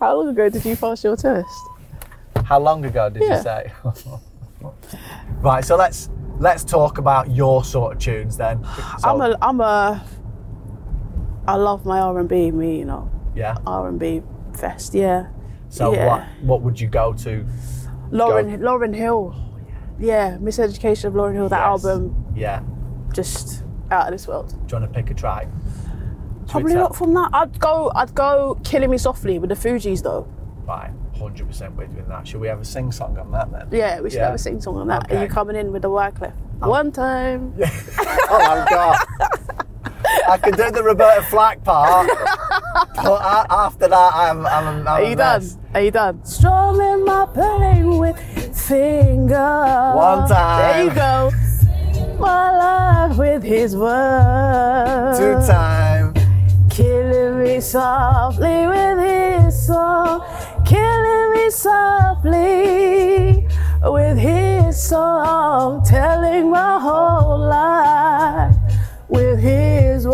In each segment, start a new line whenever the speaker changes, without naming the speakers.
long ago did you pass your test?
How long ago did
Yeah.
you say? right, so let's let's talk about your sort of tunes then. So,
I'm a I'm a I love my R and B, me, you know.
yeah.
R and B fest, yeah.
So
yeah.
what what would you go to?
Lauren Lauren Hill. Yeah, Miseducation of Lauren Hill, that
Yes.
album
Yeah.
just out of this world.
Do you want to pick a track? Should
Probably
we tell-
not from that. I'd go I'd go Killing Me Softly with the Fugees though.
Right, hundred percent. We're doing that. Should we have a sing song on that then?
Yeah, we should
Yeah.
have a sing song on that. Are
Okay.
you coming in with the Wycliffe? One time.
oh my god. I can do the Roberta Flack part, but a- after that, I'm I'm, I'm
Are you done? Are you done? Strumming my pain with fingers. There
One time.
you go. My life with his words.
Two time.
Killing me softly with his song. Killing me softly with his song. Telling my whole life with his words.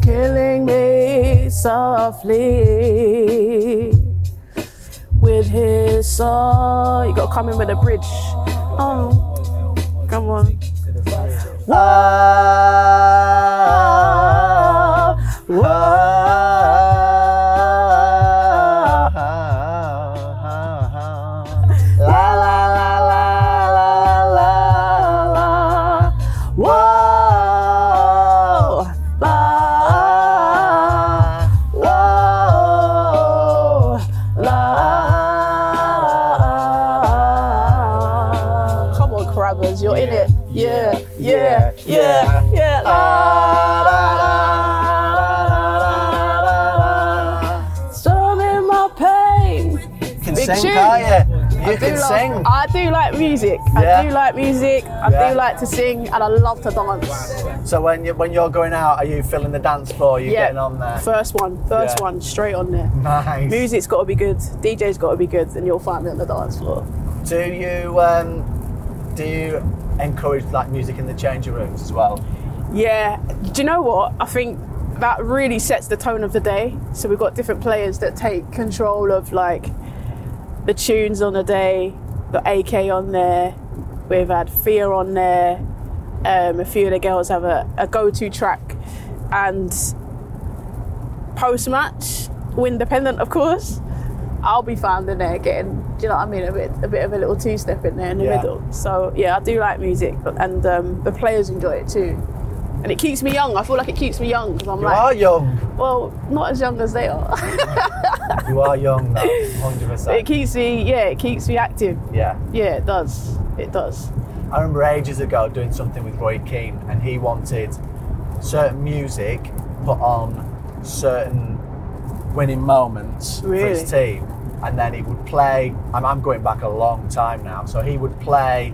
Killing me softly with his song. You gotta come in with a bridge. Oh, come on.
Wow. La la la la la la la. Wow.
Ah.
La, la, la.
Come on, Crabbers, you're in
Yeah,
it. Yeah, yeah, yeah,
yeah,
Ah.
yeah.
yeah.
La, la, la, la, la, la, la.
Storming my pain.
can
Big
sing,
tune.
can't you? You
I do
can
love-
sing.
I do like music. I
Yeah.
do like music. I
Yeah.
do like to sing, and I love to dance.
So when you when you're going out, are you filling the dance floor? Are you getting on there?
First one, first
Yeah.
one, straight on there.
Nice.
Music's got to be good. DJ's got to be good, and you'll find me on the dance floor.
Do you um, do you encourage like music in the changing rooms as well?
Yeah. Do you know what? I think that really sets the tone of the day. So we've got different players that take control of like the tunes on the day. Got AK on there. We've had Fear on there. Um, a few of the girls have a, a go-to track, and post-match, win dependent, of course. I'll be found in there getting, do you know what I mean, a bit, a bit of a little two-step in there in the
Yeah.
middle. So yeah, I do like music, but- and um, the players enjoy it too, and it keeps me young. I feel like it keeps me young because I'm
You
like,
are young.
well, not as young as they are.
You are young. Hundred
it
percent.
keeps me, yeah, it keeps me active.
Yeah.
Yeah, it does. It does.
I remember ages ago doing something with Roy Keane, and he wanted certain music put on certain winning moments for his team, and then he would play. And I'm going back a long time now, so he would play.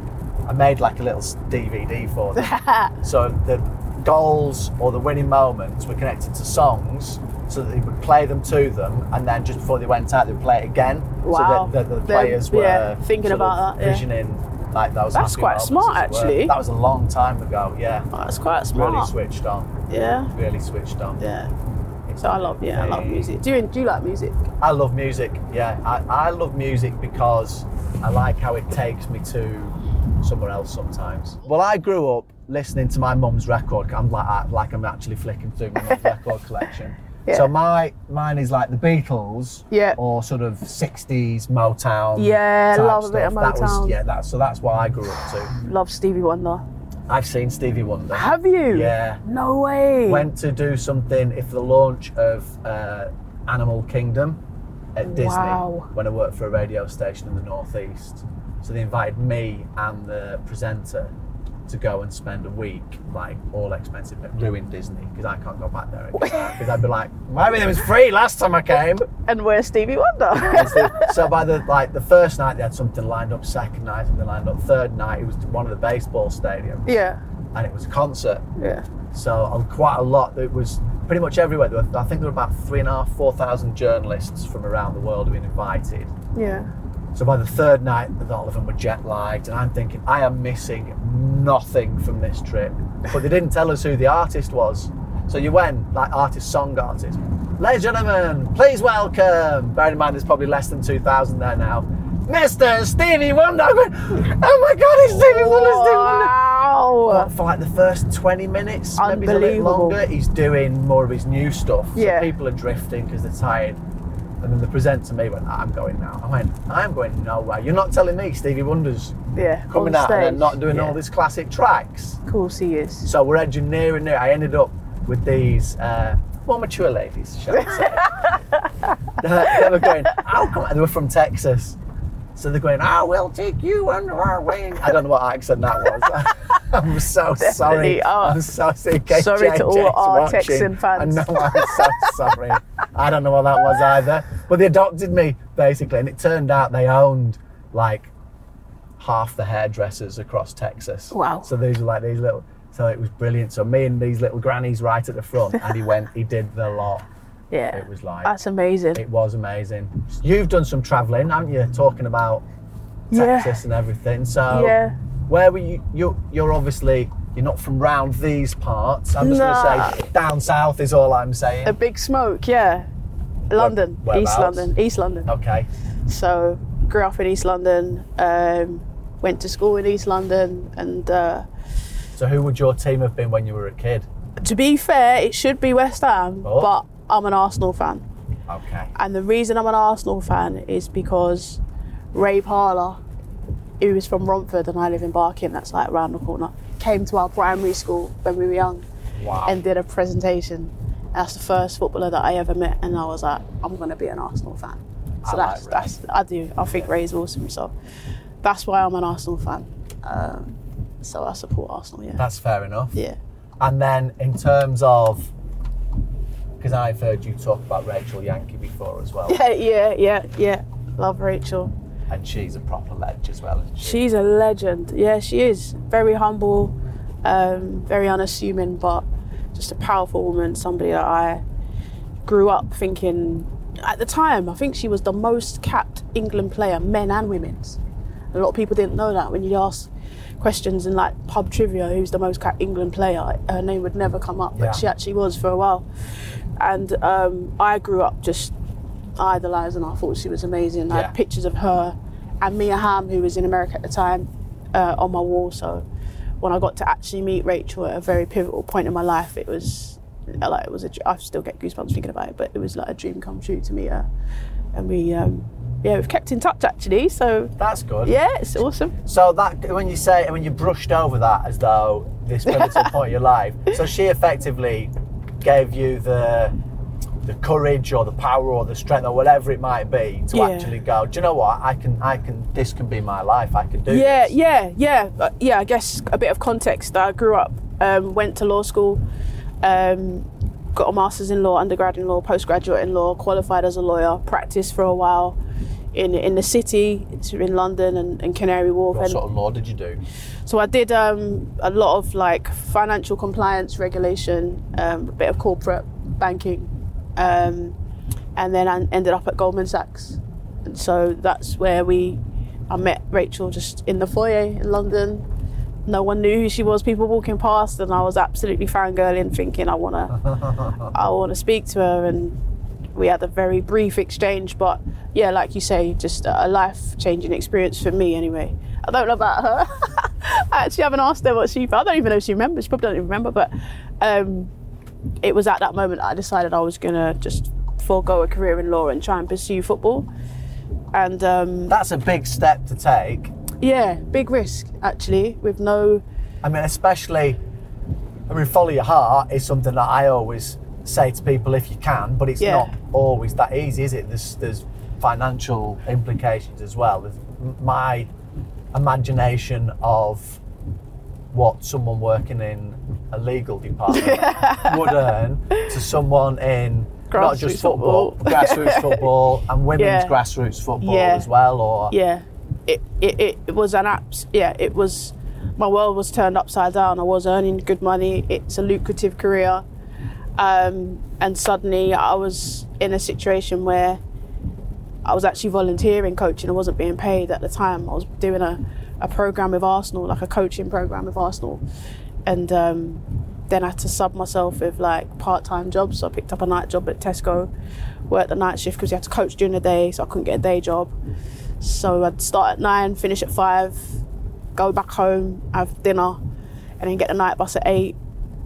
I made like a little s- DVD for them,
Oh,
so the goals or the winning moments were connected to songs, so that he would play them to them, and then just before they went out, they would play it again.
Wow.
So that the, the
Them-
players were
yeah, thinking
sort of
about that, yeah.
Visioning like those.
That's
happy
quite
moments,
smart,
as it were.
actually.
That was a long time ago. Yeah,
Oh, that's quite smart.
really switched on.
Yeah.
Really switched on.
Yeah. So I love yeah, I love music. Do you do you like music?
I love music. Yeah, I, I love music because I like how it takes me to somewhere else sometimes. Well, I grew up listening to my mum's record. I'm like I, like I'm actually flicking through my mum's record collection.
Yeah.
So my mine is like the Beatles,
Yeah.
or sort of '60s Motown.
Yeah,
type
love a bit of
stuff. That was,
Motown.
yeah, that, so that's what I grew up to.
Love Stevie Wonder.
I've seen Stevie Wonder.
Have you?
Yeah.
No way.
went to do something if the launch of uh, Animal Kingdom at Disney
Wow.
when I worked for a radio station in the northeast. So they invited me and the presenter to go and spend a week, like all expensive, but ruin Disney because I can't go back there because I'd be like, well, everything was free last time I came.
And where's Stevie Wonder?
so by the like the first night they had something lined up, second night something lined up, third night it was one of the baseball stadiums
yeah.
and it was a concert.
Yeah.
So on quite a lot, it was pretty much everywhere. There were, I think there were about three and a half, four thousand journalists from around the world who'd been invited.
Yeah.
So by the third night, all of them were jet lagged, and I'm thinking, I am missing nothing from this trip. But they didn't tell us who the artist was. So you went like artist, song artist. Ladies and gentlemen, please welcome. Bear in mind, there's probably less than two thousand there now. Mr. Stevie Wonder. I went, oh my God, it's Stevie Wonder. Stevie Wonder.
Wow.
But for like the first 20 minutes, maybe a little
Unbelievable.
longer, he's doing more of his new stuff. So
Yeah.
people are drifting because they're tired. And then the presenter me went, I'm going now. I went, I'm going nowhere. You're not telling me Stevie Wonder's
Yeah.
coming
on
out and then
stage.
not doing
yeah.
all these classic tracks.
Of course he is.
So we're edging near and near. I ended up with these uh, more mature ladies, shall I say. they they were going, how come? They were from Texas. So they're going, I will take you under our wing. I don't know what accent that was. I'm so sorry.
Definitely are.
I'm so sorry. in case
Sorry to all
JJ's
our
watching.
Texan fans.
I know, I'm so sorry. I don't know what that was either. But they adopted me, basically. And it turned out they owned like half the hairdressers across Texas.
Wow.
So these were like these little. So it was brilliant. So me and these little grannies right at the front, and he went. He did the lot.
Yeah.
It was like
That's amazing.
it was amazing. You've done some travelling, haven't you? Talking about
Yeah.
Texas and everything. So
Yeah.
where were you? You you're obviously you're not from round these parts. I'm just
Nah.
gonna say down south is all I'm saying.
A big smoke, yeah. London, East
whereabouts? Oh.
London, East London.
okay.
So grew up in East London, um, went to school in East London, and uh,
So who would your team have been when you were a kid?
to be fair, it should be West Ham,
Oh.
but I'm an Arsenal fan,
Okay.
and the reason I'm an Arsenal fan is because Ray Parler, who is from Romford and I live in Barking, that's like round the corner, came to our primary school when we were young
Wow.
and did a presentation. That's the first footballer that I ever met, and I was like, I'm gonna be an Arsenal fan.
I
So
like
that's
Ray.
that's I do. I think Ray's awesome. So that's why I'm an Arsenal fan. Um, so I support Arsenal. Yeah.
That's fair enough.
Yeah.
And then in terms of, because I've heard you talk about Rachel Yankee before as well,
Yeah. Yeah. Yeah. Yeah. Love Rachel.
and she's a proper ledge as well. Isn't she?
She's a legend. Yeah, she is. Very humble, um, very unassuming, but just a powerful woman. Somebody that I grew up thinking at the time. I think she was the most capped England player, men and women's. A lot of people didn't know that. When you ask questions in like pub trivia, who's the most capped England player, her name would never come up, but
Yeah.
she actually was for a while. And um, I grew up just idolising. her. I thought she was amazing. I
Yeah.
had pictures of her and Mia Hamm, who was in America at the time, uh, on my wall. So when I got to actually meet Rachel at a very pivotal point in my life, it was like it was a. dr- I still get goosebumps thinking about it, but it was like a dream come true to meet her. And we, um, yeah, we've kept in touch actually. So
That's good.
yeah, it's awesome.
So that when you say when you brushed over that as though this pivotal point of your life, so she effectively gave you the the courage or the power or the strength or whatever it might be to
Yeah.
actually go. Do you know what? I can. I can. This can be my life. I can do.
yeah,
this."
yeah, yeah, Uh, yeah. I guess a bit of context. I grew up, um, went to law school, um, got a master's in law, undergrad in law, postgraduate in law, qualified as a lawyer, practiced for a while in in the city, in London and, and Canary Wharf.
What
and-
sort of law did you do?
so I did um, a lot of like financial compliance regulation, um, a bit of corporate banking, um, and then I ended up at Goldman Sachs. And so that's where we, I met Rachel just in the foyer in London. No one knew who she was. People walking past, and I was absolutely fangirling, thinking I wanna, I wanna speak to her. And we had a very brief exchange, but yeah, like you say, just a life changing experience for me. Anyway, I don't know about her. I actually haven't asked her what she. I don't even know if she remembers. She probably doesn't even remember. But um, it was at that moment I decided I was gonna just forego a career in law and try and pursue football. And um,
That's a big step to take.
yeah, big risk actually, with no.
I mean, especially, I mean, follow your heart is something that I always say to people if you can, but it's
Yeah.
not always that easy, is it? There's, there's financial implications as well. There's m- my imagination of what someone working in a legal department would earn to someone in not just
Grassroots
football,
football.
grassroots football, and women's
Yeah.
grassroots football
Yeah.
as well, or
yeah it, it, it, it was an apps yeah it was my world was turned upside down i was earning good money it's a lucrative career um, and suddenly i was in a situation where i was actually volunteering coaching i wasn't being paid at the time i was doing a, a program with arsenal like a coaching program with arsenal and um, then I had to sub myself with like part-time jobs. So I picked up a night job at Tesco, worked the night shift because you had to coach during the day, so I couldn't get a day job. So I'd start at nine, finish at five, go back home, have dinner, and then get the night bus at eight,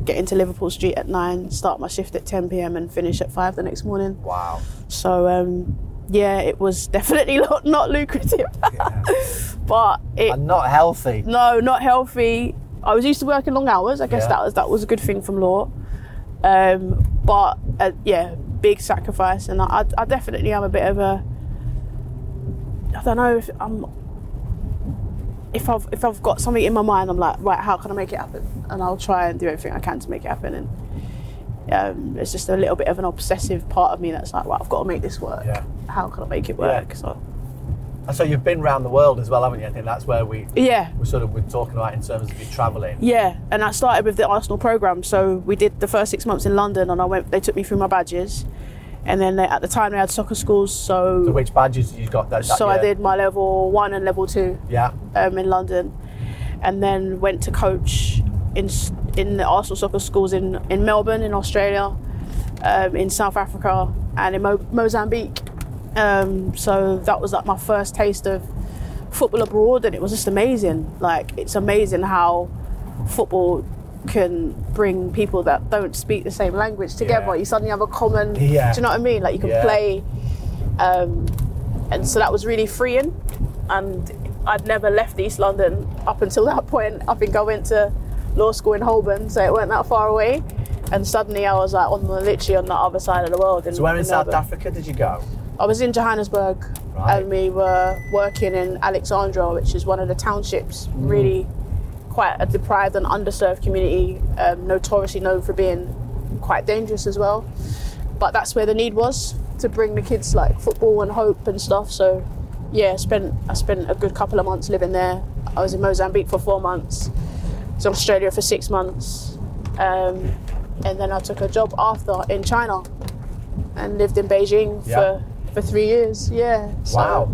get into Liverpool Street at nine, start my shift at 10 p.m. and finish at five the next morning.
Wow.
So um, yeah, it was definitely not, not lucrative, but it
And not healthy.
no, not healthy. I was used to working long hours. I guess
Yeah.
that was that was a good thing from law. Um, but uh, yeah, big sacrifice, and I, I, I definitely am a bit of a. I don't know if I'm. If I've if I've got something in my mind, I'm like, right, how can I make it happen? And I'll try and do everything I can to make it happen. And um, it's just a little bit of an obsessive part of me that's like, right, I've got to make this work.
Yeah.
How can I make it work?
Yeah.
So
And so you've been round the world as well, haven't you? I think that's where we
yeah,
we sort of were talking about in terms of you travelling.
Yeah, and I started with the Arsenal program. So we did the first six months in London, and I went. They took me through my badges, and then they, at the time they had soccer schools. So
So
so,
which badges you got that, that
I
year?
did my level one and level two
Yeah.
um, in London, and then went to coach in s- in the Arsenal soccer schools in in Melbourne, in Australia, um, in South Africa, and in Mo- Mozambique. Um, so that was like my first taste of football abroad, and it was just amazing. Like it's amazing how football can bring people that don't speak the same language together.
Yeah.
You suddenly have a common.
Yeah.
Do you know what I mean? Like you can
Yeah.
play. Um, and so that was really freeing and I'd never left East London up until that point. I think I went to law school in Holborn, so it weren't that far away. And suddenly I was like on the literally on the other side of the world. In,
So where in
in
South
Melbourne.
Africa did you go?
I was in Johannesburg,
Right.
and we were working in Alexandra, which is one of the townships, really quite a deprived and underserved community, um, notoriously known for being quite dangerous as well. But that's where the need was to bring the kids like football and hope and stuff. So yeah, I spent I spent a good couple of months living there. I was in Mozambique for four months, was in Australia for six months, um, and then I took a job after in China and lived in Beijing
Yeah.
for for three years. Yeah. So,
Wow.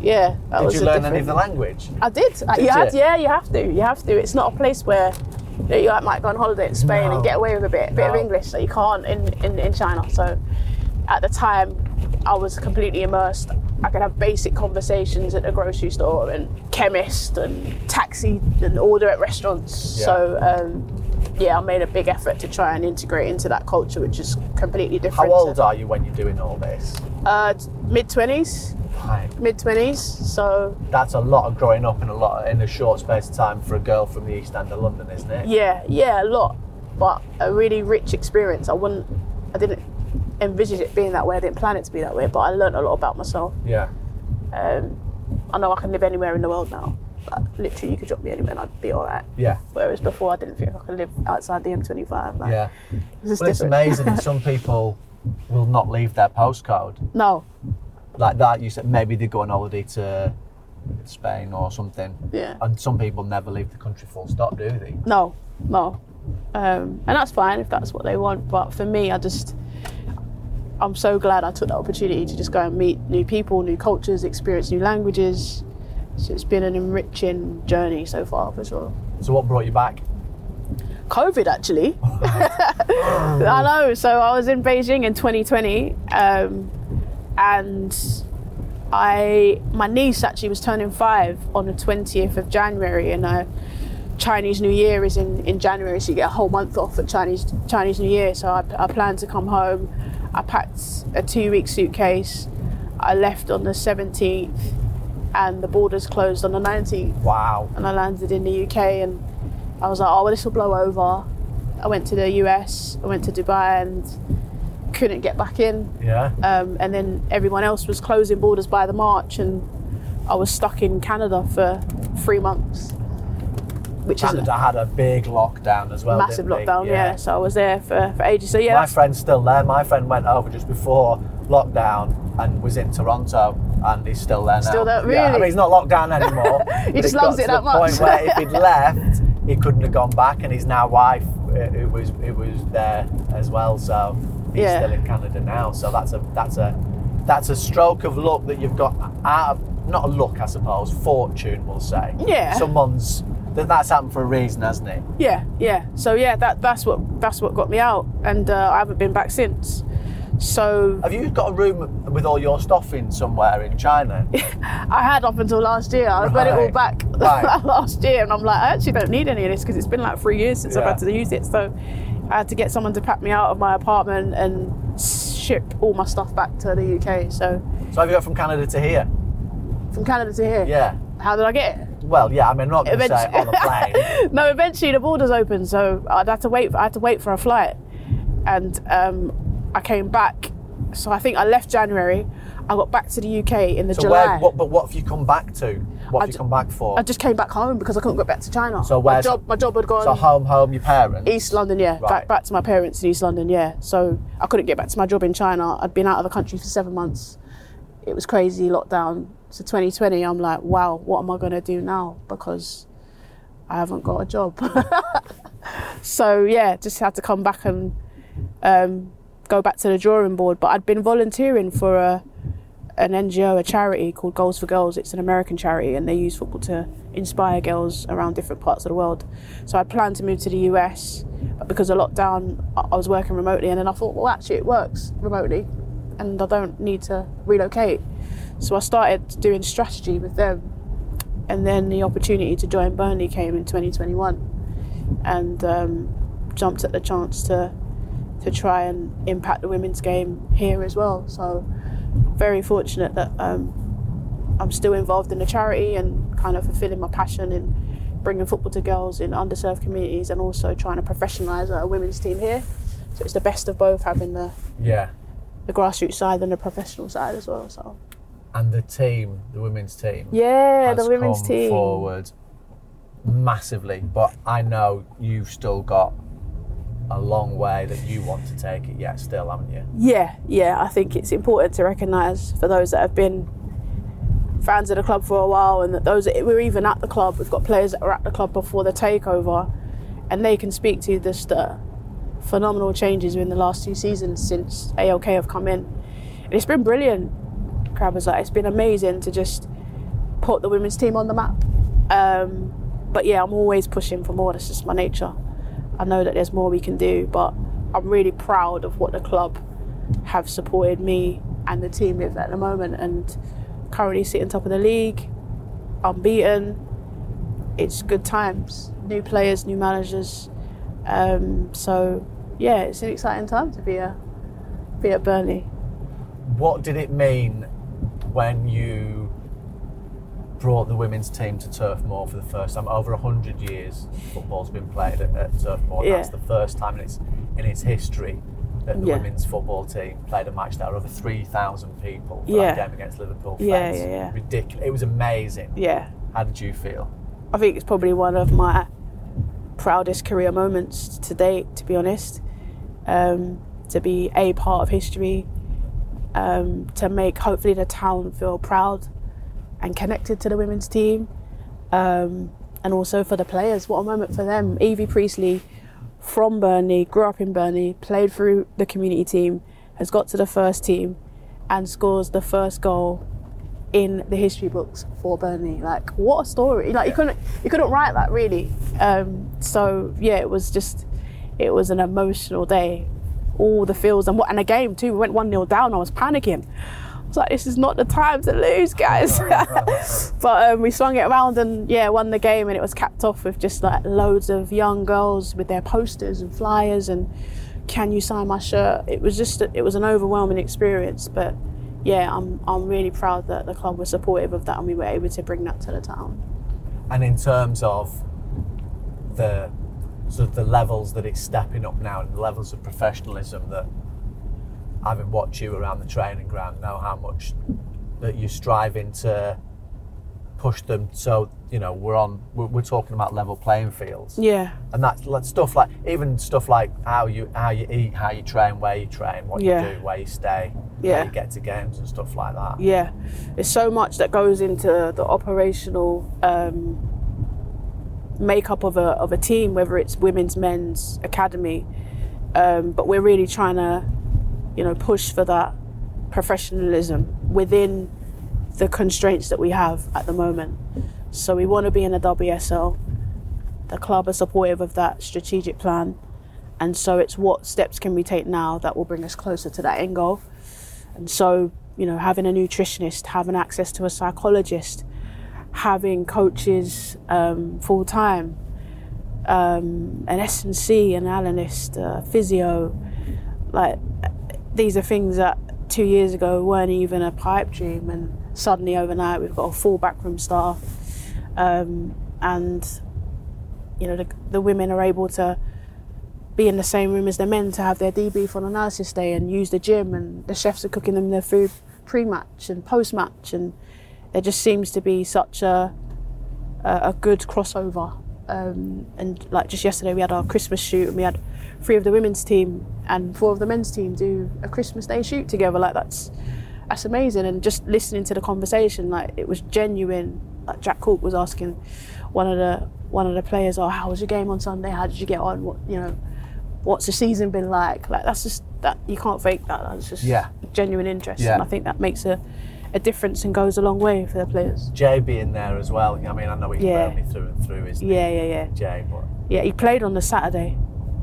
Yeah. That
Did
was
you
a
learn
different-
any of the language?
I did. I-
Did
you had,
you?
yeah, you have to. You have to. It's not a place where you, know, you like, might go on holiday in Spain
No.
and get away with a bit, bit of
No.
English that you can't in, in, in China. So at the time, I was completely immersed. I could have basic conversations at the grocery store and chemist and taxi and order at restaurants.
Yeah.
So um, yeah, I made a big effort to try and integrate into that culture, which is completely different.
How old are you when you're doing all this?
Uh, mid twenties,
Right.
mid twenties. So
That's a lot of growing up in a lot in a short space of time for a girl from the East End of London, isn't it?
Yeah, yeah, a lot, but a really rich experience. I wouldn't, I didn't envisage it being that way. I didn't plan it to be that way, but I learned a lot about myself.
Yeah.
Um, I know I can live anywhere in the world now. Like, literally, you could drop me anywhere and I'd be all right.
Yeah.
Whereas before, I didn't think I could live outside the M25. Like,
Yeah.
This is
Well, it's
different.
amazing that some people will not leave their postcode.
No,
Like that, you said maybe they go on holiday to Spain or something.
Yeah.
And some people never leave the country full stop, do they?
no, no. Um, and that's fine if that's what they want. But for me, I just, I'm so glad I took that opportunity to just go and meet new people, new cultures, experience new languages. So it's been an enriching journey so far for sure.
So what brought you back?
COVID actually. I know. So I was in Beijing in 2020, um, and I my niece actually was turning five on the 20th of January, and uh, Chinese New Year is in, in January, so you get a whole month off at Chinese Chinese New Year. So I, I planned to come home. I packed a two week suitcase. I left on the 17th, and the borders closed on the 19th
Wow.
and I landed in the UK and I was like, oh, well, this will blow over. I went to the US, I went to Dubai and couldn't get back in.
Yeah.
Um, and then everyone else was closing borders by the March and I was stuck in Canada for three months, which is
Canada had a big lockdown as
a
well.
massive
didn't they?
lockdown, yeah. So I was there for, for ages. So yeah,
My
that's-
friend's still there. My friend went over just before lockdown and was in Toronto, and he's still there now.
Still there?
Yeah, I mean,
Really?
he's not locked down anymore. but
just
got
loves
to
it
the
that much.
Point where if he'd left, he couldn't have gone back, and his now wife, it, it was it was there as well. So he's
Yeah.
still in Canada now. So that's a that's a that's a stroke of luck that you've got out of not a luck, I suppose, fortune we'll say.
Yeah.
Someone's that that's happened for a reason, hasn't it?
Yeah, yeah. So yeah, that that's what that's what got me out, and uh, I haven't been back since. So
Have you got a room with all your stuff in somewhere in China?
I had up until last year. I got it all
Right.
back
Right.
last year, and I'm like, I actually don't need any of this because it's been like three years since I've
Yeah.
had to use it. So I had to get someone to pack me out of my apartment and ship all my stuff back to the UK. So
So have you got from Canada to here?
from Canada to here,
Yeah.
how did I get it?
Well, yeah. I mean, I'm not going to say
Eventually-
on a plane.
no, eventually the borders open, so I'd had to wait. I had to wait for a flight, and um, I came back. So I think I left January. I got back to the UK in the
So
July.
where? What, but what have you come back to? What
I
have you
ju-
come back for?
I just came back home because I couldn't get back to China.
So
my
where's-
job, my job had gone.
so home, home, your parents.
um, East London, yeah. Back
Right.
back to my parents in East London, yeah. So I couldn't get back to my job in China. I'd been out of the country for seven months. It was crazy lockdown. So 2020, I'm like, wow, what am I gonna do now? Because I haven't got a job. so yeah, just had to come back and um, go back to the drawing board. But I'd been volunteering for a an NGO, a charity called Goals for Girls. It's an American charity, and they use football to inspire girls around different parts of the world. So I planned to move to the US, but because of lockdown, I I was working remotely, and then I thought, well, actually, it works remotely, and I don't need to relocate. So I started doing strategy with them, and then the opportunity to join Burnley came in 2021, and um, jumped at the chance to to try and impact the women's game here as well. So very fortunate that um, I'm still involved in the charity and kind of fulfilling my passion in bringing football to girls in underserved communities and also trying to professionalise our women's team here. So it's the best of both having the,
Yeah.
the grassroots side and the professional side as well. So
And the team, the women's team.
yeah,
has
the women's
come
team.
forward massively. But I know you've still got a long way that you want to take it yet, still, haven't you?
Yeah, yeah, I think it's important to recognise for those that have been fans of the club for a while and that those that were even at the club, we've got players that were at the club before the takeover and they can speak to just the phenomenal changes in the last two seasons since ALK have come in. And it's been brilliant, Crab was like, it's been amazing to just put the women's team on the map. Um, but yeah, I'm always pushing for more, that's just my nature. I know that there's more we can do, but I'm really proud of what the club have supported me and the team with at the moment and currently sitting top of the league, unbeaten. It's good times, new players, new managers. Um, so yeah, it's an exciting time to be a be at Burnley.
What did it mean when you brought the women's team to Turf Moor for the first time? Over 100 years football's been played at, at Turf Moor. and
Yeah.
That's the first time in its, in its history that the
Yeah.
women's football team played a match that were over 3,000 people for
Yeah.
that game against Liverpool fans.
Yeah, yeah, yeah.
Ridiculous. It was amazing.
Yeah,
How did you feel?
I think it's probably one of my proudest career moments to date, to be honest. Um, to be a part of history, um, to make hopefully the town feel proud and connected to the women's team, um, and also for the players. What a moment for them. Evie Priestley from Burnley, grew up in Burnley, played through the community team, has got to the first team, and scores the first goal in the history books for Burnley. Like what a story! Like you couldn't you couldn't write that really. Um, so yeah, it was just it was an emotional day. All the feels and what and a game too. We went one 0 down. I was panicking. I was like, this is not the time to lose, guys. but um, we swung it around and yeah, won the game. And it was capped off with just like loads of young girls with their posters and flyers and can you sign my shirt? It was just it was an overwhelming experience, but yeah, I'm I'm really proud that the club was supportive of that and we were able to bring that to the town.
and in terms of the sort of the levels that it's stepping up now and the levels of professionalism that having watched you around the training ground know how much that you're striving to push them so you know we're on we're, we're talking about level playing fields
Yeah,
and that's like stuff like even stuff like how you how you eat how you train where you train what
Yeah.
you do where you stay
Yeah.
how you get to games and stuff like that
yeah. It's so much that goes into the operational um, makeup of a of a team, whether it's women's, men's, academy. Um, but we're really trying to, you know, push for that professionalism within the constraints that we have at the moment. So we want to be in the WSL. The club are supportive of that strategic plan, and so it's what steps can we take now that will bring us closer to that end goal. And so, you know, having a nutritionist, having access to a psychologist, having coaches um, full time, um, an S and C analyst, uh, physio, like these are things that two years ago weren't even a pipe dream, and suddenly overnight we've got a full backroom staff, um, and you know the, the women are able to be in the same room as the men to have their debrief on analysis day and use the gym, and the chefs are cooking them their food pre-match and post-match, and there just seems to be such a a, a good crossover. Um, and like just yesterday, we had our Christmas shoot, and we had three of the women's team and four of the men's team do a Christmas Day shoot together. Like that's that's amazing. And just listening to the conversation, like it was genuine. Like Jack Cork was asking one of the one of the players, "Oh, how was your game on Sunday? How did you get on? What you know, what's the season been like?" Like that's just that you can't fake that. That's just
Yeah.
genuine interest,
Yeah.
and I think that makes a a difference and goes a long way for the players.
JB in there as well. I mean, I know he's
Yeah.
Burnley through and through, isn't
Yeah, yeah, yeah.
he? Jay, but
Yeah, he played on the Saturday.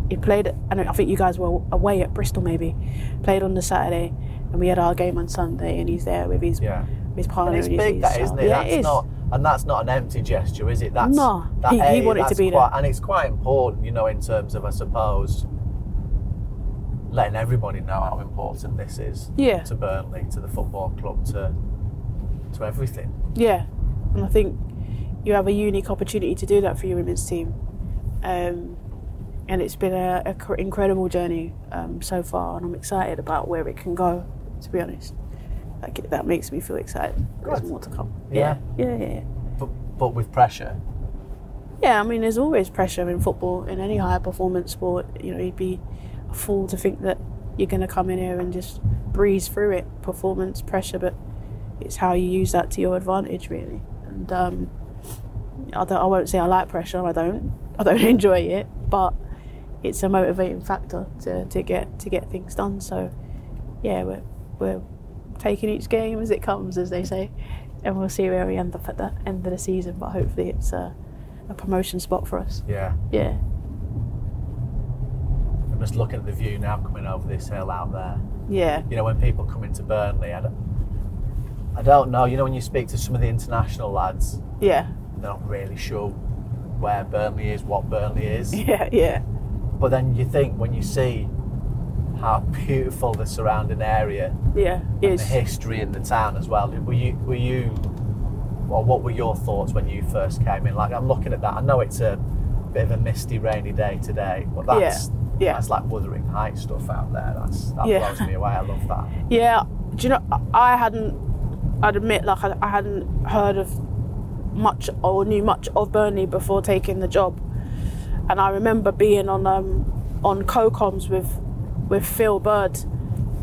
He played, and I think you guys were away at Bristol maybe. Played on the Saturday, and we had our game on Sunday, and he's there with his
yeah.
with his partner.
And it's
and his-
big,
his
that
son.
isn't it?
Yeah,
that's
it is.
not, and that's not an empty gesture, is it? That's
No,
that
he- he
A,
wanted to
that's
be there.
quite, and it's quite important, you know, in terms of, I suppose, letting everybody know how important this is
Yeah.
to Burnley, to the football club, to to everything.
Yeah, and I think you have a unique opportunity to do that for your women's team, um, and it's been a, a cr- incredible journey um, so far, and I'm excited about where it can go. To be honest, that ge- that makes me feel excited. There's
Good.
more to come.
Yeah.
yeah, yeah. yeah.
But but with pressure.
Yeah, I mean, there's always pressure in football, in any high performance sport. You know, you'd be a fool to think that you're going to come in here and just breeze through it. Performance, pressure, but it's how you use that to your advantage, really. And um, I, don't, I won't say I like pressure, I don't. I don't enjoy it, but it's a motivating factor to, to get to get things done. So, yeah, we're, we're taking each game as it comes, as they say, and we'll see where we end up at the end of the season. But hopefully, it's uh, a promotion spot for us.
Yeah.
Yeah.
I'm just looking at the view now coming over this hill out there.
Yeah.
you know, when people come into Burnley, I don't, I don't know. You know, when you speak to some of the international lads,
Yeah.
they're not really sure where Burnley is, what Burnley is.
Yeah. Yeah.
but then you think when you see how beautiful the surrounding area
Yeah.
and the
Yes.
history in the town as well. Were you, were you, or what were your thoughts when you first came in? Like, I'm looking at that. I know it's a bit of a misty, rainy day today, but
Yeah,
that's
yeah.
that's like Wuthering Heights stuff out there. That's that
Yeah.
blows me away. I love that.
Yeah. Do you know? I- I hadn't. I'd admit, like I, I hadn't heard of much or knew much of Burnley before taking the job, and I remember being on um on co-coms with with Phil Bird,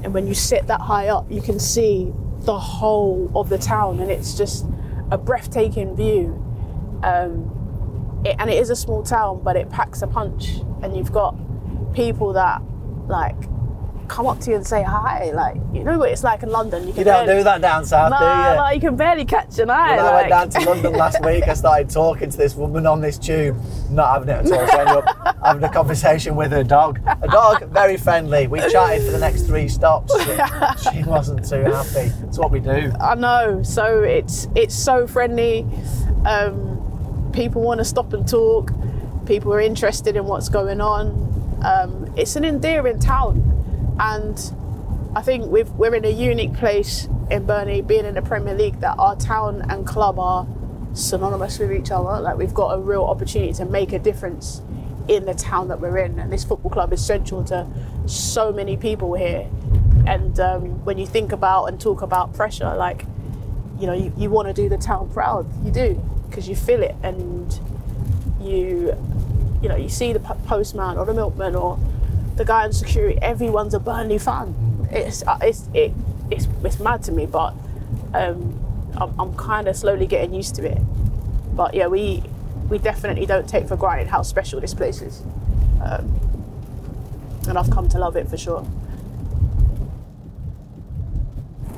and when you sit that high up, you can see the whole of the town, and it's just a breathtaking view. Um, it, and it is a small town, but it packs a punch. And you've got people that like come up to you and say hi. Like you know what it's like in London. You, can
You don't
barely,
do that down south,
Nah,
do you?
like, you can barely catch an eye.
When I went
like,
down to London last week, I started talking to this woman on this tube, not having it at all. So I ended up having a conversation with her dog. A dog, very friendly. We chatted for the next three stops. She, she wasn't too happy. It's what we do.
I know. So it's it's so friendly. Um, people want to stop and talk. People are interested in what's going on. Um, it's an endearing town, and I think we've, we're in a unique place in Burnley, being in the Premier League, that our town and club are synonymous with each other. Like we've got a real opportunity to make a difference in the town that we're in, and this football club is central to so many people here. And um, when you think about and talk about pressure, like you know, you, you want to do the town proud. You do because you feel it, and you you know you see the po- postman or the milkman or the guy in security everyone's a Burnley fan it's uh, it's it, it's, it's mad to me but um, I'm, I'm kind of slowly getting used to it but yeah we we definitely don't take for granted how special this place is um, and I've come to love it for sure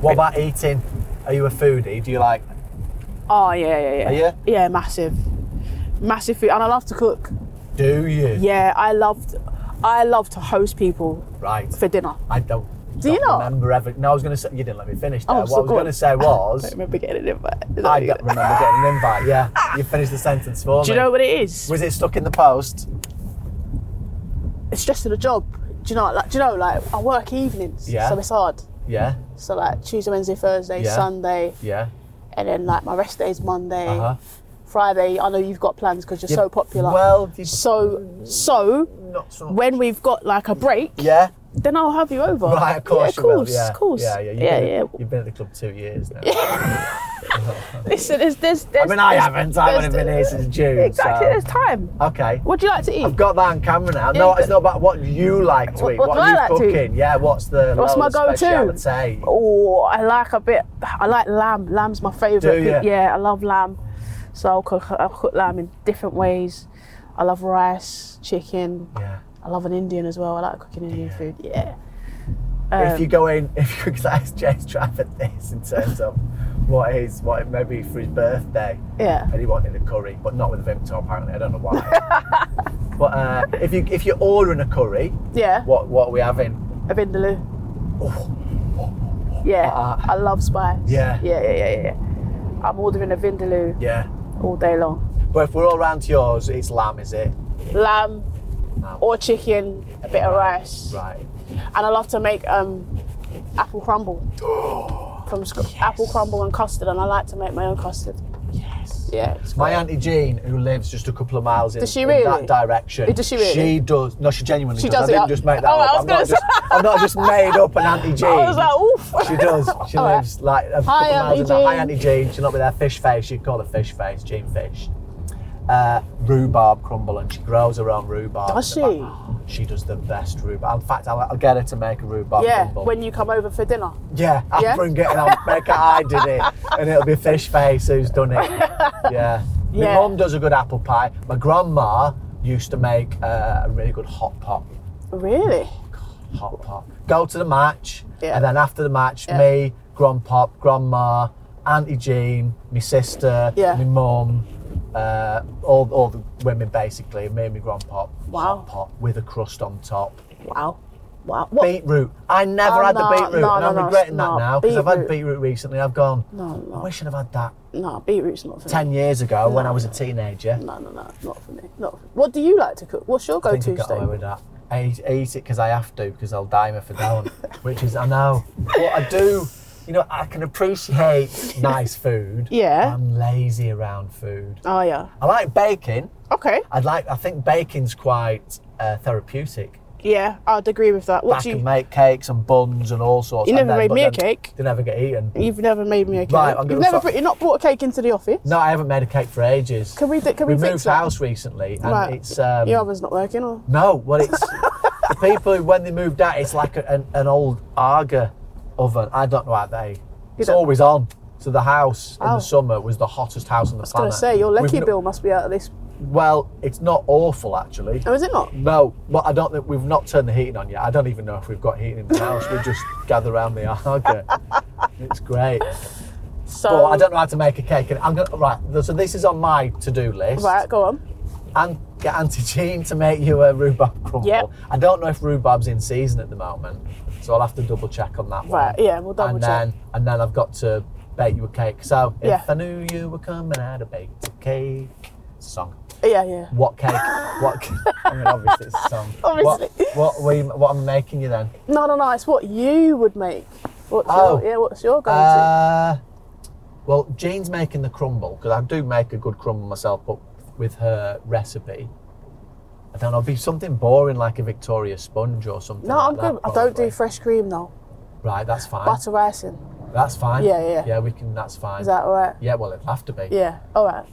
What about eating? Are you a foodie? Do you like?
oh yeah yeah yeah
Are you?
yeah massive massive food, and I love to cook.
Do you?
Yeah, I loved, I love to host people
Right.
for dinner.
I don't.
Do you
don't
not?
remember ever? No, I was going to say you didn't let me finish. There.
Oh,
what
so
I was
go on.
going to say
I don't
was
remember getting an invite. Is that
I
what you
don't remember getting an invite. Yeah, you finished the sentence for
Do you
me.
know what it is?
was it stuck in the post?
It's just a job. Do you know? Like, do you know? Like, I work evenings,
Yeah.
so it's hard.
Yeah,
So like Tuesday, Wednesday, Thursday,
Yeah.
Sunday,
yeah.
and then like my rest day is Monday,
Uh huh.
Friday. I know you've got plans because you're so popular.
Well, you
so so
not so.
when we've got like a break,
yeah.
then I'll have you over.
Right, of course.
yeah,
you will,
course,
yeah.
of course.
Yeah, yeah. You've
yeah,
been,
yeah.
You've been at the club two years now.
Listen, there's, there's, there's,
I mean, I
there's-
haven't. I haven't been here since June.
Exactly, there's
So.
time.
Okay.
What do you like to eat?
I've got that on camera now. No,
Yeah.
it's not about what you like to
What-
eat.
what
What,
do
are
I
you
like to eat?
cooking? Yeah, what's the
What's my
Lola
go-to?
speciality?
Oh, I like a bit. I like lamb. Lamb's my favourite.
Do ya?
pe- Yeah, I love lamb. So I'll cook. I'll cook lamb in different ways. I love rice, chicken.
Yeah.
I love an Indian as well. I like cooking Indian food. Yeah. Um,
if you go in, if you could ask James Trafford this in terms of what his, what maybe for his birthday,
Yeah.
and he wanted a curry, but not with a Vimto apparently. I don't know why. but uh, if you if you're ordering a curry,
Yeah.
what what are we having?
A vindaloo.
Oh,
Yeah.
Uh,
I love spice.
yeah.
Yeah, yeah, yeah, yeah, yeah. I'm ordering a vindaloo
yeah.
all day long.
But if we're all round to yours, it's lamb, is it?
Lamb
Lamb.
or chicken, a bit of rice.
Right.
and I love to make um, apple crumble from scr- apple crumble and custard, and I like to make my own custard.
Yes.
Yeah, it's
My
great.
auntie Jean, who lives just a couple of miles in,
Does she
in
really?
that direction,
Does she really?
She does. No, she genuinely
She
does.
does
I
it
didn't
up.
just make that
Oh, I
up.
was
I'm
gonna
not, just, I'm not just made up an auntie Jean.
I was like, oof.
she does. She
All right.
lives like a couple
Hi,
of miles in
Auntie
that. Hi,
Jean.
Auntie Jean. She'll not be there. Fish face. She'd call her fish face. Jean fish. Uh, rhubarb crumble, and she grows her own rhubarb.
Does
in the
she?
back. She does the best rhubarb. In fact, I'll, I'll get her to make a rhubarb
Yeah,
crumble.
when you come over for dinner.
Yeah, I'll
Yeah?
bring it and I'll make it. I did it, and it'll be fish face who's done it. Yeah.
Yeah.
My mum does a good apple pie. My grandma used to make uh, a really good hot pot.
Really?
Hot pot. Go to the match,
Yeah.
and then after the match,
Yeah.
me, grandpop, grandma, auntie Jean, my sister,
Yeah.
my mum, uh, all all the women basically, me and my grandpop.
Wow.
Hot pot with a crust on top.
Wow. Wow. What?
Beetroot. I never
Oh,
had
no,
the beetroot,
no,
and
no,
I'm
no,
regretting
no,
that now because I've
beetroot.
had beetroot recently. I've gone.
No,
I
no,
wish I'd have had that
no. Beetroot's not for
ten
me.
years ago when I was a teenager.
No, no, no, not for me. Not. For What do you like to cook? What's your
I think I
go-to
got away
steak?
with that. I eat, I eat it because I have to because I'll die if I don't, which is I know. But I do, you know, I can appreciate nice food.
Yeah.
I'm lazy around food.
Oh yeah.
I like baking.
Okay.
I'd like. I think baking's quite uh, therapeutic.
Yeah, I'd agree with that. What
Back
do
and
you?
make cakes and buns and all sorts.
You
and
never made
but
me a cake.
They never get eaten.
You've never made me a cake.
Right, I'm
You've
gonna
never.
stop-
br- You've not brought a cake into the office.
No, I haven't made a cake for ages.
Can we? do- Can we,
we
fix
moved
that?
house recently, and
Right.
it's um,
Your oven's not working, or?
No, well, it's the people who, when they moved out, it's like a, an, an old Arga oven. I don't know how they. It's
don't-
always on. So the house in
Oh.
the summer was the hottest house on the
I was
planet.
gonna say your lecky
We've no-
bill must be out of this.
Well, it's not awful actually.
Oh, is it not?
No, but I don't think we've not turned the heating on yet. I don't even know if we've got heating in the house. we just gather around the Arga. It's great.
So
But I don't know how to make a cake. And I'm gonna right. So this is on my to-do list.
Right, go on.
and get Auntie Jean to make you a rhubarb crumble.
Yep.
I don't know if rhubarb's in season at the moment, so I'll have to double check on that one.
Right, yeah, we'll double
and
check.
Then, and then I've got to bake you a cake. So
Yeah.
if I knew you were coming, I'd have baked a cake. It's a song.
Yeah, yeah.
What cake? what? ca- I mean, obviously it's a song.
Obviously.
What? What, we, what I'm making you then?
No, no, no. It's what you would make. What's
Oh.
your, yeah, what's your go-to?
Uh, well, Jean's making the crumble because I do make a good crumble myself, but with her recipe. I don't know, it'd be something boring like a Victoria sponge or something.
no,
like
I'm
that,
good. I don't
probably.
do fresh cream though.
Right, that's fine.
Butter rice in.
that's fine.
Yeah, yeah, yeah.
Yeah, we can. That's fine.
Is that alright?
yeah, well, it'd have to be.
Yeah. All right.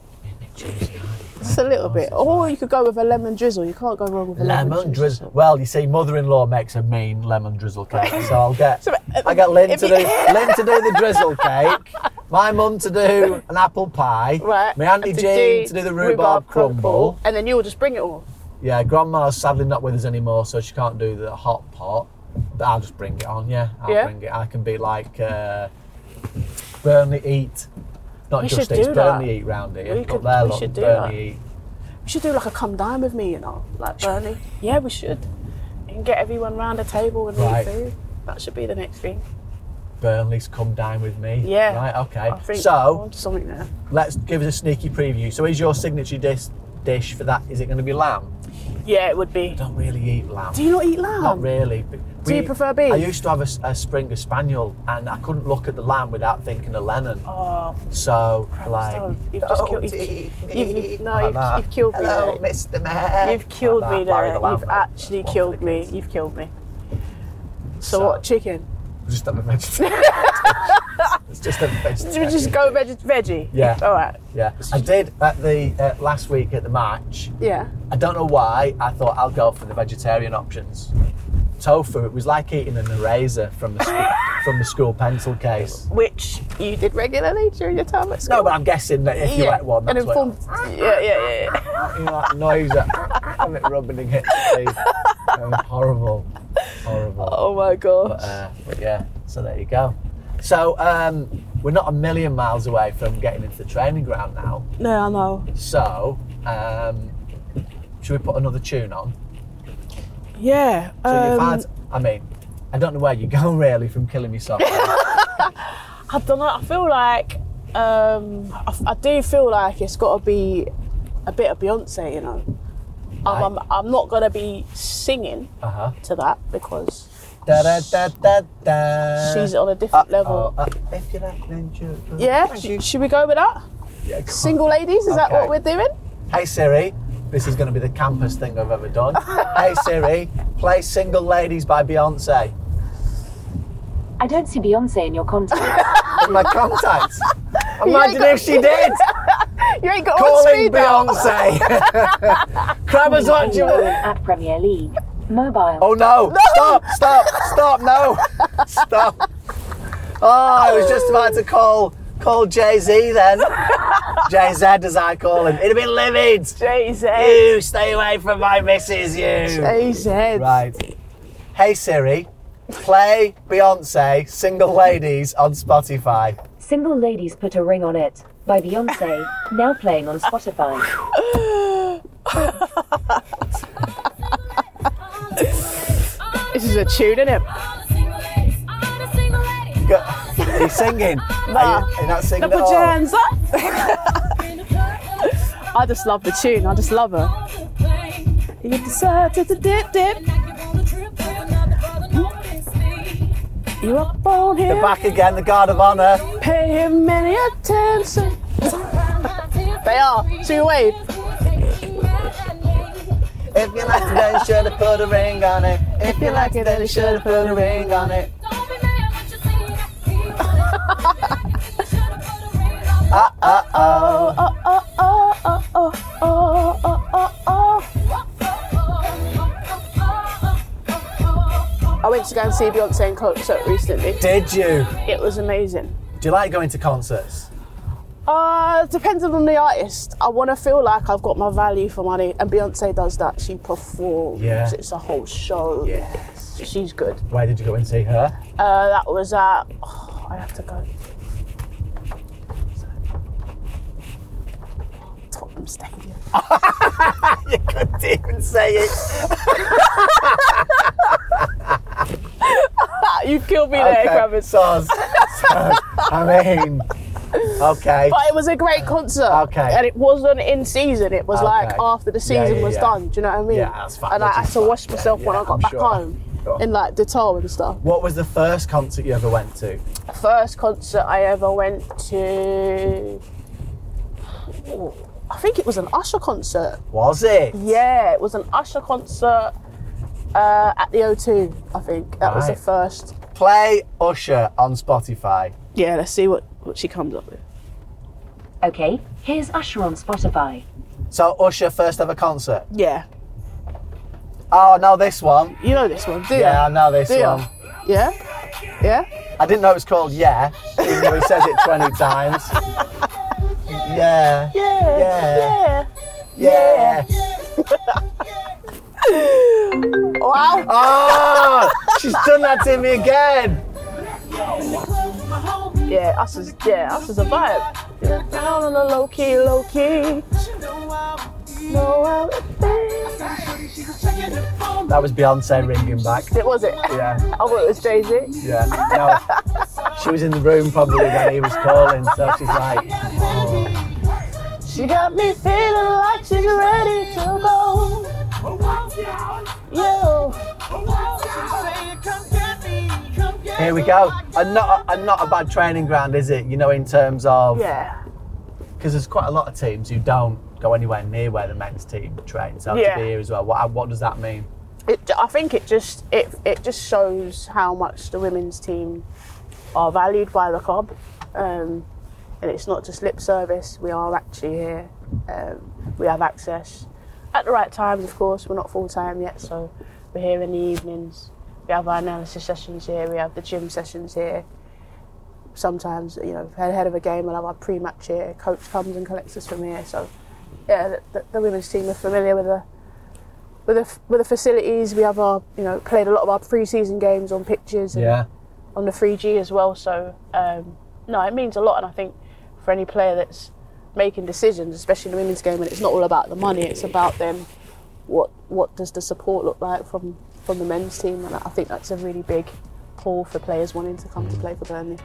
Just a little bit. Or you could go with a lemon drizzle. You can't go wrong with a lemon,
Lemon drizzle. Well, you see, mother-in-law makes a mean lemon drizzle cake, so I'll get
So, uh,
I get Lynn
if
to do
you-
Lynn to do the drizzle cake, my mum to do an apple pie,
Right.
my auntie
and
Jean
do
to do the rhubarb, crumble,
And then you'll just bring it all.
Yeah, grandma's sadly not with us anymore, so she can't do the hot pot. But I'll just bring it on. Yeah, I'll
Yeah?
bring it. I can be like uh, Burnley Eat, not
We
just
should
it's
do that.
Burnley Eat round here.
We
Up
could-
there,
we
look,
should do
Burnley
that.
Eat.
we should do like a come down with me, you know, like Bernie. yeah, we should. And get everyone round the table and
Right.
eat food. That should be the next thing.
Burnley's come down with me.
Yeah.
Right, okay.
I think
so
oh, something there.
let's give us a sneaky preview. So is your signature dish dish for that is it gonna be lamb?
Yeah, it would be.
I don't really eat lamb.
Do you not eat lamb?
Not really. but
Do you prefer beef?
I used to have a, s- a Springer Spaniel, and I couldn't look at the lamb without thinking of Lennon. Uh,
Oh,
So, like,
Stone, you've just killed- you've- you've- no, you've- you've killed me
Hello,
there.
Mr. Mayor.
you've killed
Like
me
that, Larry
there.
the Lamb,
You've
like,
actually
one
killed
thing.
me. You've killed me. So,
So-
what? Chicken?
Just have a vegetarian. it's just a
Should
vegetarian.
we just go veg- veggie?
Yeah.
All right.
Yeah, I did at the uh, last week at the match.
Yeah.
I don't know why. I thought I'll go for the vegetarian options. Tofu. It was like eating an eraser from the school, from the school pencil case.
Which you did regularly during your time at school.
No, but I'm guessing that if you
yeah.
ate one,
An
that's what
informed. Yeah, yeah, yeah. yeah.
you know, that noise that and it rubbing against the teeth. That was horrible, horrible.
Oh my gosh.
But, uh, but yeah, so there you go. So um, we're not a million miles away from getting into the training ground now.
no, I know.
So um, should we put another tune on?
Yeah.
So you've
um,
had, I mean, I don't know where you go really from killing yourself. Uh-huh.
I don't know. I feel like um, I, I do feel like it's got to be a bit of Beyonce, you know.
Right.
I'm, I'm, I'm not gonna be singing
Uh huh.
to that because
Da da da da da.
she's on a different level.
Uh, if you like, then you-
Yeah. Sh- should we go with that?
Yeah, go on.
Single ladies, is that
Okay.
what we're doing?
Hey Siri, this is going to be the campest thing I've ever done. hey Siri, play Single Ladies by Beyonce.
I don't see Beyonce in your contact.
In my contacts.
You ain't
Imagine
got-
if she did.
You ain't got on
Calling
speed dial.
Beyonce. Crabbers what you
at Premier League. Mobile.
Oh no. Stop, stop, stop, no. Stop. Oh, I was just about to call call Jay-Z then. Jay-Z as I call him. It'd be livid.
Jay-Z.
You stay away from my missus, you.
Jay-Z.
Right. Hey Siri, play Beyonce Single Ladies on Spotify.
Single Ladies Put a Ring on It by Beyonce. now playing on Spotify.
This is a tune, isn't it?
Go- Are you singing? Are
Nah.
you, are you not singing
Double
at all?
hands up. I just love the tune. I just love her. You decide to dip, dip. You up on him.
They're back again, the Guard of Honor.
Pay him many attention.
They are. So you wave.
If you like it, then you should have put a ring on it. If you like it, then you should have put a ring on it. Uh uh oh.
Oh, oh, oh, oh, oh, oh, oh, oh, oh, oh. I went to go and see Beyonce in concert recently.
Did you?
It was amazing.
Do you like going to concerts?
Uh, depends on the artist. I want to feel like I've got my value for money, and Beyonce does that. She performs.
Yeah.
It's a whole show.
Yes.
She's good.
Where did you go and see her?
Uh, that was at. Oh, I have to go. Tottenham Stadium.
You couldn't even say it.
Ah, you killed me there, Kravis.
Soz. Soz. I mean, okay.
But it was a great concert.
Okay.
And it wasn't in season. It was like
Okay.
after the
Yeah,
season
yeah,
was
yeah.
done. Do you know what I mean?
Yeah, that's fine,
And I
which
had
is
to
fine.
wash
Yeah,
myself when
yeah,
I got
I'm
back
sure.
home
Sure.
in like Dettol and stuff.
What was the first concert you ever went to?
First concert I ever went to. Ooh, I think it was an Usher concert.
Was it?
Yeah, it was an Usher concert uh, at the O2. I think that was the
Right.
first.
Play Usher on Spotify.
Yeah, let's see what, what she comes up with.
Okay, here's Usher on Spotify.
So Usher first ever concert.
Yeah,
Oh, I know this one.
you know this one, do you?
Yeah, I know this
Do you?
one.
Yeah, yeah.
I didn't know it was called Yeah, even though he says it 20 times. Yeah.
Yeah.
Yeah.
Yeah.
Yeah.
Wow.
Oh, she's done that to me again.
Yeah, us is yeah, us is a vibe. Down on the low key, low key.
That was Beyonce ringing back.
It was it.
Yeah,
I thought it was Jay Z.
yeah. No, she was in the room probably when he was calling, so she's like, oh.
She got me feeling like she's ready to go. Yo,
here we go. And not, and not a bad training ground, is it? You know, in terms of
yeah,
because there's quite a lot of teams who don't go anywhere near where the men's team trains. So
Yeah.
to be here as well, what, uh, what does that mean?
it, I think it just it it just shows how much the women's team are valued by the club, um, and it's not just lip service. We are actually here. Um, we have access at the right times, of course. We're not full time yet, so we're here in the evenings. We have our analysis sessions here. We have the gym sessions here. Sometimes, you know, ahead of a game, we'll have our pre-match here. Coach comes and collects us from here. So, yeah, the, the, the women's team are familiar with the with the, with the facilities. We have our, you know, played a lot of our pre-season games on pitches. And,
Yeah,
on the 3G as well. So um, no, it means a lot, and I think for any player that's making decisions, especially in the women's game, and it's not all about the money, it's about them. What what does the support look like from from the men's team? And I think that's a really big pull for players wanting to
Mm.
come to play for Burnley.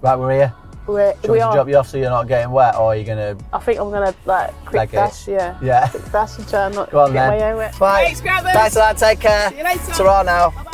right, we're here.
We're,
Do you want
we
me to drop
are.
you off so you're not getting wet, or are you gonna?
I think I'm gonna like quick
Like it.
dash, yeah.
Yeah.
Quick dash and try and not
Go on
get
then.
my own wet.
Bye.
Thanks, Grabbers.
Thanks a lot. Take care.
See you later.
Ta-ra now.